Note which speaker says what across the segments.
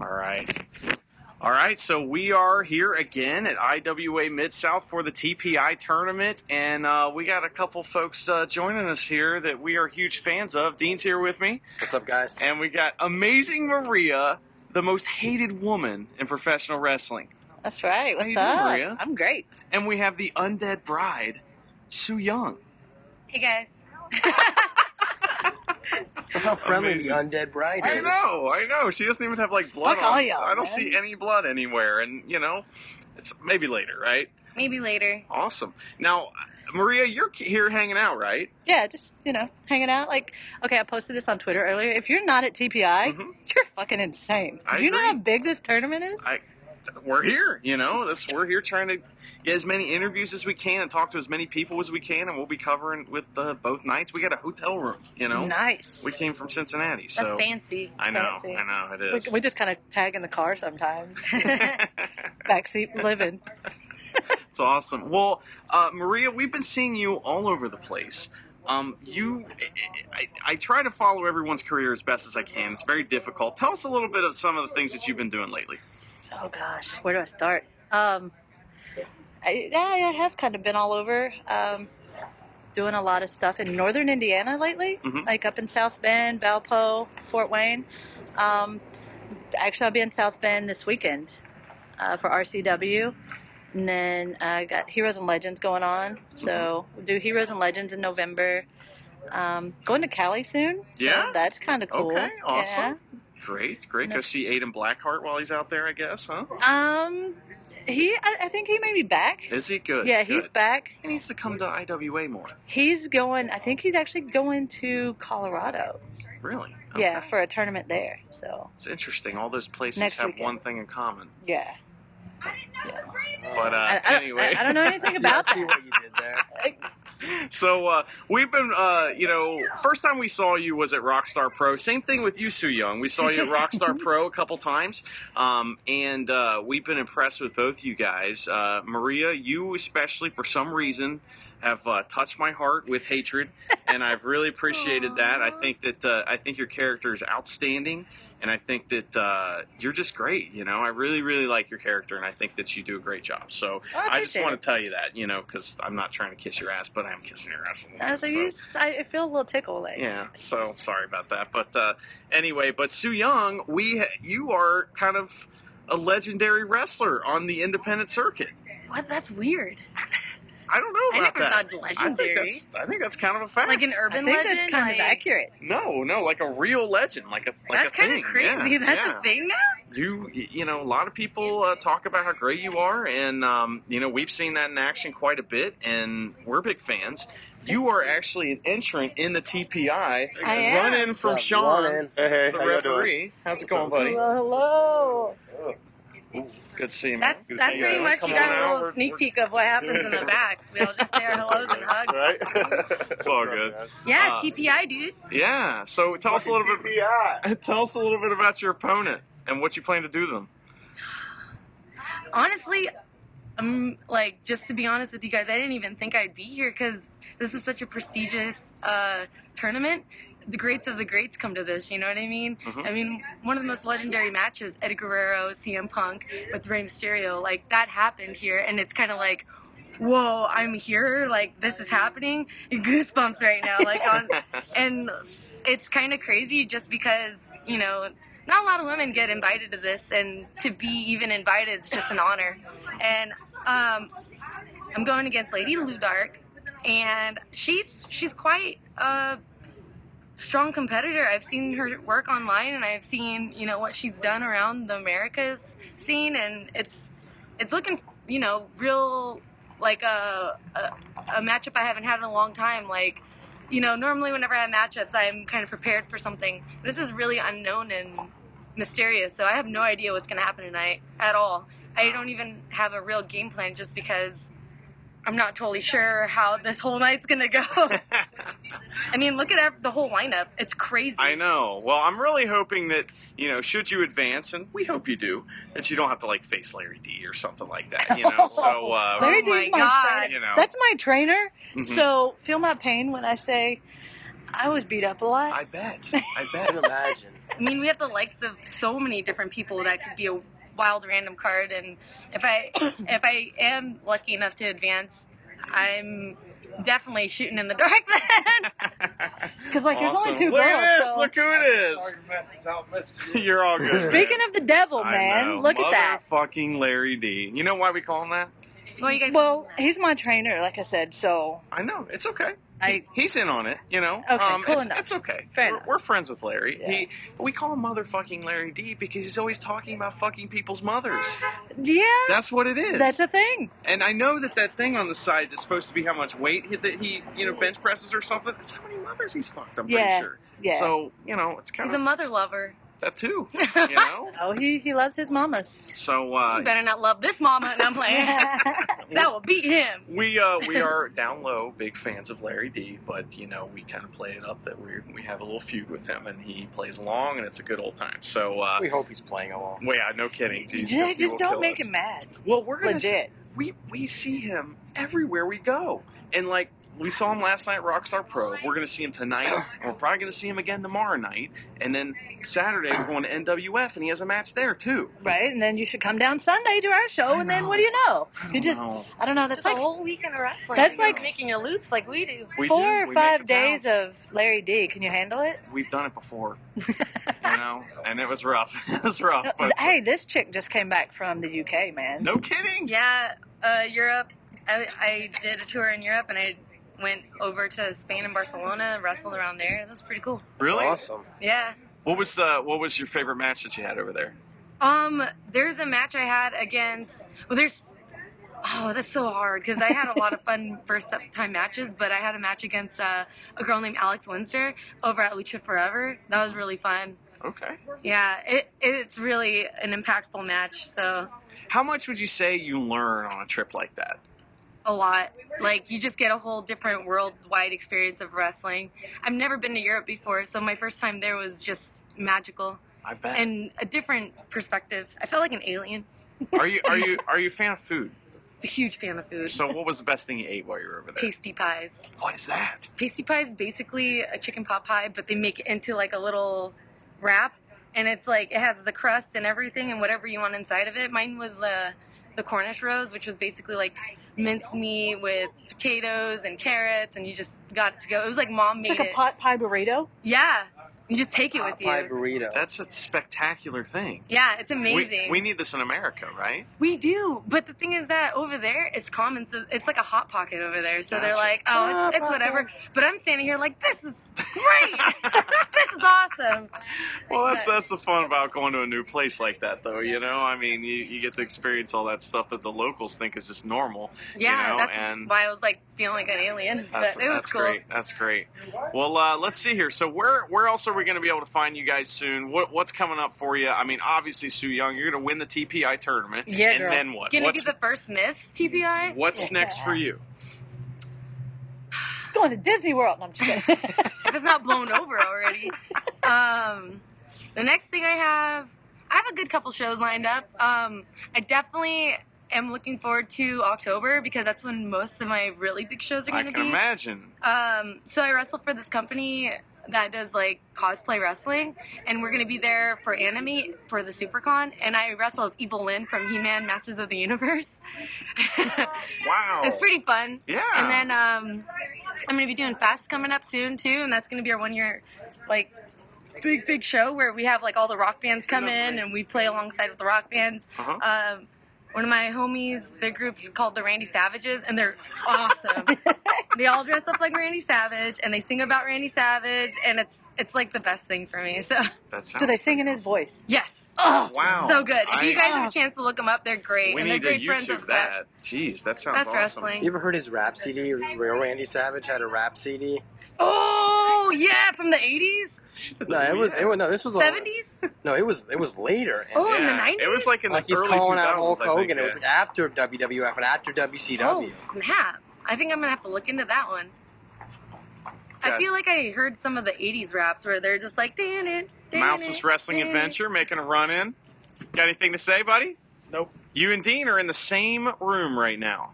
Speaker 1: All right. All right, so we are here again at IWA Mid South for the TPI tournament, and uh, we got a couple folks uh, joining us here that we are huge fans of. Dean's here with me,
Speaker 2: What's up, guys?
Speaker 1: and we got Amazing Maria, the most hated woman in professional wrestling,
Speaker 3: That's right. What's
Speaker 1: you doing,
Speaker 3: up?
Speaker 1: Maria?
Speaker 3: I'm great.
Speaker 1: and we have the undead bride, Sue Young.
Speaker 4: Hey guys.
Speaker 2: Look how friendly
Speaker 1: Amazing.
Speaker 2: the undead bride
Speaker 1: I
Speaker 2: is.
Speaker 1: know, I know. She doesn't even have like blood
Speaker 3: Fuck
Speaker 1: on.
Speaker 3: all y'all,
Speaker 1: I don't
Speaker 3: man.
Speaker 1: see any blood anywhere, and you know, it's maybe later, right?
Speaker 4: Maybe later.
Speaker 1: Awesome. Now, Maria, you're here hanging out, right?
Speaker 3: Yeah, just you know, hanging out. Like, okay, I posted this on Twitter earlier. If you're not at TPI,
Speaker 1: Mhm.
Speaker 3: you're fucking insane.
Speaker 1: I
Speaker 3: Do you know
Speaker 1: agree.
Speaker 3: how big this tournament is?
Speaker 1: I, we're here, you know. That's we're here trying to get as many interviews as we can and talk to as many people as we can, and we'll be covering with uh, both nights. We got a hotel room, you know.
Speaker 3: nice.
Speaker 1: We came from Cincinnati,
Speaker 4: That's
Speaker 1: so
Speaker 4: fancy.
Speaker 1: I know,
Speaker 3: fancy.
Speaker 1: I know it
Speaker 3: We,
Speaker 1: is.
Speaker 3: we just kind of tag in the car sometimes. Backseat living.
Speaker 1: It's awesome. Well, uh, Maria, we've been seeing you all over the place. Um, you, I, I, I try to follow everyone's career as best as I can. It's very difficult. Tell us a little bit of some of the things that you've been doing lately.
Speaker 3: Oh gosh, where do I start? Um, I, yeah, I have kind of been all over, um, doing a lot of stuff in northern Indiana lately,
Speaker 1: Mhm.
Speaker 3: like up in South Bend, Valpo, Fort Wayne. Um, actually, I'll be in South Bend this weekend uh, for RCW, and then I got Heroes and Legends going on. So
Speaker 1: Mm-hmm.
Speaker 3: we'll do Heroes and Legends in November. Um, going to Cali soon. So
Speaker 1: Yeah?
Speaker 3: that's kind of cool.
Speaker 1: Okay, awesome.
Speaker 3: Yeah.
Speaker 1: Great, great. Go
Speaker 3: No.
Speaker 1: see Aiden Blackheart while he's out there, I guess, huh?
Speaker 3: Um, he, I, I think he may be back.
Speaker 1: Is he good?
Speaker 3: Yeah, he's
Speaker 1: Good.
Speaker 3: back.
Speaker 1: He needs to come to IWA more.
Speaker 3: He's going. I think he's actually going to Colorado.
Speaker 1: Really?
Speaker 3: Yeah,
Speaker 1: Okay.
Speaker 3: for a tournament there. So
Speaker 1: It's interesting. All those places
Speaker 3: Next
Speaker 1: have
Speaker 3: weekend.
Speaker 1: one thing in common.
Speaker 3: yeah,
Speaker 1: But uh,
Speaker 3: I, I don't-
Speaker 1: anyway,
Speaker 3: I, I don't know anything
Speaker 2: See-
Speaker 3: about
Speaker 2: see
Speaker 3: that.
Speaker 2: what you did there.
Speaker 1: So uh, we've been, uh, you know, first time we saw you was at Rockstar Pro. Same thing with you, Soo Young. We saw you at Rockstar Pro a couple times, um, and uh, we've been impressed with both you guys. Uh, Maria, you especially, for some reason, have uh, touched my heart with hatred, and I've really appreciated that. I think that uh, I think your character is outstanding, and I think that uh, you're just great. You know, I really, really like your character, and I think that you do a great job. So
Speaker 3: Oh, I,
Speaker 1: I just
Speaker 3: appreciate
Speaker 1: want
Speaker 3: it.
Speaker 1: to tell you that, you know, because I'm not trying to kiss your ass, but I'm kissing your ass. a little
Speaker 3: I was
Speaker 1: bit,
Speaker 3: like,
Speaker 1: so-
Speaker 3: you s- I I feel a little tickle. Like,
Speaker 1: yeah, so sorry about that. But uh, anyway, but Sue Young, we you are kind of a legendary wrestler on the independent circuit.
Speaker 4: What? That's weird.
Speaker 1: I don't know
Speaker 4: I
Speaker 1: about
Speaker 4: never
Speaker 1: that.
Speaker 4: thought
Speaker 1: I think
Speaker 4: legendary.
Speaker 1: that's I think that's kind of a fact.
Speaker 4: Like an
Speaker 3: I
Speaker 4: urban
Speaker 3: think
Speaker 4: legend.
Speaker 3: that's kind of
Speaker 4: like-
Speaker 3: accurate.
Speaker 1: no, no, like a real legend, like a like
Speaker 4: That's
Speaker 1: a
Speaker 4: kind
Speaker 1: thing.
Speaker 4: of crazy.
Speaker 1: Yeah,
Speaker 4: that's
Speaker 1: yeah.
Speaker 4: a thing now.
Speaker 1: you you know a lot of people uh, talk about how great you are and um, you know we've seen that in action quite a bit and we're big fans you are actually an entrant in the tpi
Speaker 3: I am.
Speaker 1: running from
Speaker 2: What's up,
Speaker 1: sean
Speaker 2: Lauren?
Speaker 5: Hey, hey,
Speaker 1: the
Speaker 5: how you doing?
Speaker 1: referee how's it going buddy
Speaker 3: Hello, hello.
Speaker 1: good to see you man.
Speaker 4: That's
Speaker 1: Good to
Speaker 4: that's
Speaker 1: see
Speaker 4: pretty
Speaker 1: you.
Speaker 4: much.
Speaker 1: Come
Speaker 4: You
Speaker 1: on
Speaker 4: got
Speaker 1: out.
Speaker 4: a
Speaker 1: We're-
Speaker 4: little sneak peek of what happens in the back. We all just say our hellos and
Speaker 1: Uh,
Speaker 4: hugs.
Speaker 5: Right?
Speaker 1: It's all good.
Speaker 4: Yeah,
Speaker 1: Uh,
Speaker 4: TPI, dude.
Speaker 1: yeah so tell us a little bit
Speaker 5: Yeah.
Speaker 1: tell us a little bit about your opponent and what you plan to do to them
Speaker 4: Honestly, um, like just to be honest with you guys, I didn't even think I'd be here because this is such a prestigious uh, tournament. The greats of the greats come to this. You know what I mean?
Speaker 1: Mhm.
Speaker 4: I mean, one of the most legendary matches, Eddie Guerrero, CM Punk with Rey Mysterio, like that happened here, and it's kind of like. Whoa, I'm here. Like, this is happening. Goosebumps right now. Like, on, and it's kind of crazy just because, you know, not a lot of women get invited to this, and to be even invited is just an honor. And um, I'm going against Lady Ludark, and she's she's quite uh, a strong competitor. I've seen her work online, and I've seen you know what she's done around the Americas scene, and it's it's looking you know real like a a, a matchup I haven't had in a long time. Like you know normally whenever I have matchups, I'm kind of prepared for something. This is really unknown and mysterious, so I have no idea what's gonna happen tonight at all. I don't even have a real game plan just because I'm not totally sure how this whole night's gonna go. I mean, look at ev- the whole lineup. It's crazy.
Speaker 1: I know. Well, I'm really hoping that you know, should you advance, and we hope you do, that you don't have to like face Larry D or something like that. You know, so uh, mm-hmm.
Speaker 3: Larry
Speaker 4: Oh my
Speaker 3: D's my
Speaker 4: God.
Speaker 3: trainer.
Speaker 1: you know,
Speaker 3: That's my trainer.
Speaker 1: mhm.
Speaker 3: So feel my pain when I say I was beat up a lot.
Speaker 1: I bet. I
Speaker 2: I can
Speaker 1: bet.
Speaker 2: imagine.
Speaker 4: I mean, we have the likes of so many different people that could be a wild random card, and if I if I am lucky enough to advance, I'm definitely shooting in the dark. Then
Speaker 3: Because like there's only
Speaker 1: Awesome.
Speaker 3: two
Speaker 1: Look
Speaker 3: girls.
Speaker 1: at this.
Speaker 3: so-
Speaker 1: Look who it is. You're all good.
Speaker 3: Speaking of the devil,
Speaker 1: I
Speaker 3: man,
Speaker 1: know.
Speaker 3: look at that.
Speaker 1: Fucking Larry D. You know why we call him that?
Speaker 4: well, you guys.
Speaker 3: Well, he's my trainer, like I said. So
Speaker 1: I know. It's okay.
Speaker 3: I
Speaker 1: He's in on it, you know. Um,
Speaker 3: Okay, cool
Speaker 1: it's,
Speaker 3: enough.
Speaker 1: it's okay.
Speaker 3: Fair
Speaker 1: we're,
Speaker 3: enough.
Speaker 1: we're friends with Larry.
Speaker 3: Yeah.
Speaker 1: He, we call him motherfucking Larry D because he's always talking about fucking people's mothers.
Speaker 3: yeah,
Speaker 1: That's what it is.
Speaker 3: that's a thing.
Speaker 1: and I know that that thing on the side that's supposed to be how much weight he, that he, you know, bench presses or something. That's how many mothers he's fucked. I'm
Speaker 3: Yeah,
Speaker 1: pretty sure.
Speaker 3: Yeah.
Speaker 1: So you know, it's kind
Speaker 4: He's a
Speaker 1: of
Speaker 4: mother lover.
Speaker 1: that too. You know.
Speaker 3: oh, he he loves his mamas.
Speaker 1: so
Speaker 4: You
Speaker 1: uh,
Speaker 4: better not love this mama, and I'm playing. that will beat him.
Speaker 1: We uh, we are down low, big fans of Larry D, but you know we kind of play it up that we we have a little feud with him, and he plays along, and it's a good old time. So, uh,
Speaker 2: We hope he's playing along.
Speaker 1: well, yeah, no kidding. Jeez, 'cause he
Speaker 3: just just
Speaker 1: will
Speaker 3: don't
Speaker 1: kill
Speaker 3: make
Speaker 1: us.
Speaker 3: him mad.
Speaker 1: Well, we're gonna s-
Speaker 3: Legit.
Speaker 1: we we see him everywhere we go, and like we saw him last night at Rockstar Pro. We're gonna see him tonight, and we're probably gonna see him again tomorrow night, and then Saturday we're going to NWF, and he has a match there too.
Speaker 3: Right, and then you should come down Sunday to our show,
Speaker 1: I
Speaker 3: and then
Speaker 1: know.
Speaker 3: what do you know?
Speaker 1: I
Speaker 3: You
Speaker 1: don't
Speaker 3: just,
Speaker 1: know.
Speaker 3: I don't know. That's like
Speaker 4: whole weekend of wrestling.
Speaker 3: That's
Speaker 1: like-
Speaker 4: making a loops like we do.
Speaker 1: We do.
Speaker 3: four
Speaker 1: We
Speaker 3: or
Speaker 1: make
Speaker 3: five
Speaker 1: the
Speaker 3: days
Speaker 1: towns.
Speaker 3: of Larry D. Can you handle it?
Speaker 1: We've done it before, you know, and it was rough. it was rough.
Speaker 3: No,
Speaker 1: But
Speaker 3: hey, this chick just came back from the UK, man.
Speaker 1: No kidding.
Speaker 4: Yeah, uh, Europe. I, I did a tour in Europe, and I went over to Spain and Barcelona, wrestled around there. That was pretty cool.
Speaker 1: Really?
Speaker 2: Awesome.
Speaker 4: Yeah.
Speaker 1: What was the What was your favorite match that you had over there?
Speaker 4: Um, there's a match I had against. Well, there's. Oh, that's so hard because I had a lot of fun first time matches, but I had a match against uh, a girl named Alex Winster over at Lucha Forever. That was really fun.
Speaker 1: Okay.
Speaker 4: Yeah, it, it's really an impactful match. So
Speaker 1: How much would you say you learn on a trip like that?
Speaker 4: a lot. Like you just get a whole different worldwide experience of wrestling. I've never been to Europe before, so my first time there was just magical
Speaker 1: I bet.
Speaker 4: and a different perspective. I felt like an alien.
Speaker 1: are you Are you Are you a fan of food?
Speaker 4: Huge fan of food.
Speaker 1: So, what was the best thing you ate while you were over there?
Speaker 4: Pasty pies.
Speaker 1: What is that?
Speaker 4: Pasty pie is basically a chicken pot pie, but they make it into like a little wrap, and it's like it has the crust and everything and whatever you want inside of it. Mine was the the Cornish rose, which was basically like minced meat with potatoes and carrots, and you just got it to go. It was like mom
Speaker 3: It's
Speaker 4: made
Speaker 3: like a
Speaker 4: it.
Speaker 3: pot pie burrito.
Speaker 4: Yeah, you just take it with
Speaker 2: Popeye
Speaker 4: you.
Speaker 2: burrito.
Speaker 1: That's a spectacular thing.
Speaker 4: Yeah, it's
Speaker 1: We-
Speaker 4: amazing.
Speaker 1: We, need this in America, right?
Speaker 4: We do, but the thing is that over there it's common, so it's like a hot pocket over there. So they're
Speaker 1: Gotcha.
Speaker 4: like, oh,
Speaker 3: Hot
Speaker 4: it's, it's whatever. But I'm standing here like, this is great. this is awesome.
Speaker 1: Well, that's
Speaker 4: But-
Speaker 1: that's the fun about going to a new place like that, though. You know, I mean, you, you get to experience all that stuff that the locals think is just normal.
Speaker 4: yeah,
Speaker 1: know,
Speaker 4: that's
Speaker 1: and-
Speaker 4: why I was like feeling like an alien.
Speaker 1: That's,
Speaker 4: but it was
Speaker 1: that's
Speaker 4: cool.
Speaker 1: great. That's great. Well, uh, let's see here. So where where else are we going to be able to find you guys soon? What what's coming up for you? I mean, obviously, Sue Young, you're going to win the TPI tournament.
Speaker 3: Yeah,
Speaker 1: And
Speaker 3: girl.
Speaker 1: then what?
Speaker 4: Gonna
Speaker 1: what's
Speaker 4: be the first Miss TPI.
Speaker 1: what's next for you?
Speaker 3: Going to Disney World. No, I'm just kidding.
Speaker 4: if it's not blown over already. Um, the next thing I have, I have a good couple shows lined up. Um, I definitely am looking forward to October because that's when most of my really big shows are
Speaker 1: I
Speaker 4: going to
Speaker 1: can
Speaker 4: be.
Speaker 1: imagine.
Speaker 4: Um, so I wrestle for this company that does like cosplay wrestling, and we're gonna be there for anime for the SuperCon, and I wrestle as Evil Lynn from He-Man Masters of the Universe.
Speaker 1: Wow.
Speaker 4: it's pretty fun.
Speaker 1: Oh. Yeah.
Speaker 4: And then um, I'm gonna be doing Fast coming up soon too, and that's gonna be our one year like big big show where we have like all the rock bands come in and we play alongside with the rock bands.
Speaker 1: Uh-huh.
Speaker 4: Um, one of my homies, their group's called the Randy Savages, and they're awesome. they all dress up like Randy Savage, and they sing about Randy Savage, and it's it's like the best thing for me. So
Speaker 1: that sounds
Speaker 3: Do they sing in his
Speaker 1: pretty
Speaker 3: voice?
Speaker 4: yes,
Speaker 3: Oh,
Speaker 1: Wow.
Speaker 4: so good. If you
Speaker 1: I-
Speaker 4: guys have a chance to look them up, they're great,
Speaker 1: We
Speaker 4: and they're
Speaker 1: need
Speaker 4: great
Speaker 1: to
Speaker 4: friends
Speaker 1: YouTube
Speaker 4: of
Speaker 1: that. Jeez, that sounds
Speaker 4: That's
Speaker 1: awesome.
Speaker 4: wrestling.
Speaker 2: You ever heard his rap CD? Real Randy Savage had a rap CD.
Speaker 4: Oh yeah, from the 80s,
Speaker 2: No, it was it was no. This was a-
Speaker 4: 70s.
Speaker 2: No, it was it was later. And
Speaker 4: Oh, in the 90s?
Speaker 1: It was like in
Speaker 2: like
Speaker 1: the
Speaker 2: he's
Speaker 1: early 2000s.
Speaker 2: calling out Hulk
Speaker 1: I think,
Speaker 2: Hogan. It
Speaker 1: yeah.
Speaker 2: was after WWF and after
Speaker 4: Oh
Speaker 2: WCW.
Speaker 4: snap! I think I'm gonna have to look into that one.
Speaker 1: Yeah.
Speaker 4: I feel like I heard some of the '80s raps where they're just like, "Dan it, dan
Speaker 1: Mouseless
Speaker 4: it,
Speaker 1: Wrestling
Speaker 4: dan it."
Speaker 1: Adventure making a run in. Got anything to say, buddy?
Speaker 5: Nope.
Speaker 1: You and Dean are in the same room right now.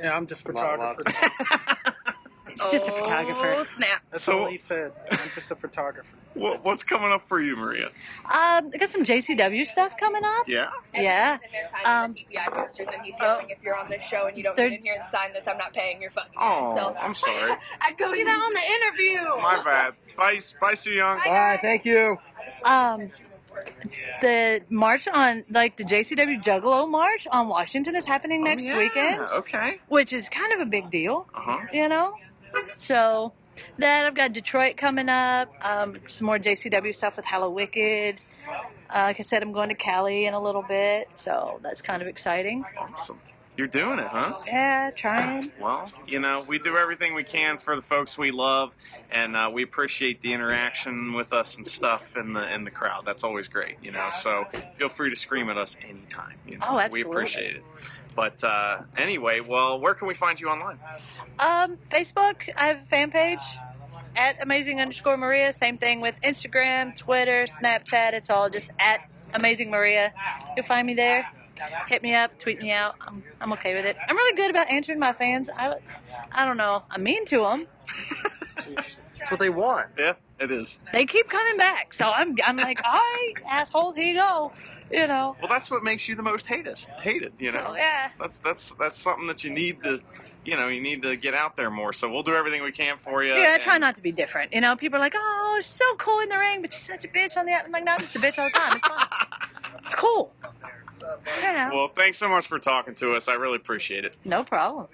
Speaker 5: Yeah, I'm just
Speaker 2: I'm not allowed
Speaker 5: photographer.
Speaker 2: to-
Speaker 5: It's just a photographer.
Speaker 4: Oh snap!
Speaker 6: That's
Speaker 1: So-
Speaker 6: all he said. I'm just a photographer.
Speaker 1: What, what's coming up for you, Maria?
Speaker 3: Um, I got some JCW stuff coming up.
Speaker 1: Yeah.
Speaker 3: Yeah.
Speaker 7: And they're signing
Speaker 3: Um, oh.
Speaker 7: the TPI posters, and he's yelling, if you're on this show and you don't get
Speaker 3: They're-
Speaker 7: in here and sign this, I'm not paying your fucking
Speaker 1: Oh,
Speaker 7: so
Speaker 1: I'm sorry.
Speaker 7: I go see that on the interview.
Speaker 1: My bad. Bye, bye, Sue Young.
Speaker 2: Bye. Thank you.
Speaker 3: Um, the march on like the JCW Juggalo March on Washington is happening next
Speaker 1: Oh, yeah.
Speaker 3: weekend,
Speaker 1: Okay.
Speaker 3: which is kind of a big deal.
Speaker 1: Uh huh.
Speaker 3: you know. So then I've got Detroit coming up. Um, some more JCW stuff with Hello Wicked. Uh, like I said, I'm going to Cali in a little bit, so that's kind of exciting.
Speaker 1: Awesome. You're doing it, huh?
Speaker 3: Yeah, trying.
Speaker 1: Well, you know, we do everything we can for the folks we love, and uh, we appreciate the interaction with us and stuff in the in the crowd. That's always great, you know. So feel free to scream at us anytime. You know,
Speaker 3: Oh, absolutely.
Speaker 1: We appreciate it. But uh, anyway, well, where can we find you online?
Speaker 3: Um, Facebook, I have a fan page at amazing underscore Maria. Same thing with Instagram, Twitter, Snapchat. It's all just at amazing Maria. You'll find me there. Hit me up, tweet me out. I'm, I'm okay with it. I'm really good about answering my fans. I, I don't know. I'm mean to them.
Speaker 2: That's what they want.
Speaker 1: Yeah, it is.
Speaker 3: they keep coming back. So I'm I'm like, all right, assholes, here you go. You know.
Speaker 1: Well, that's what makes you the most hated. Hated, you know.
Speaker 3: So yeah.
Speaker 1: That's that's that's something that you need to, you know, you need to get out there more. So we'll do everything we can for you.
Speaker 3: Yeah, I try
Speaker 1: and-
Speaker 3: not to be different. You know, people are like, "Oh, she's so cool in the ring, but she's such a bitch on the out." I'm like, "No, I'm just a bitch all the time. It's fine. It's cool." You know,
Speaker 1: Well, thanks so much for talking to us. I really appreciate it.
Speaker 3: no problem.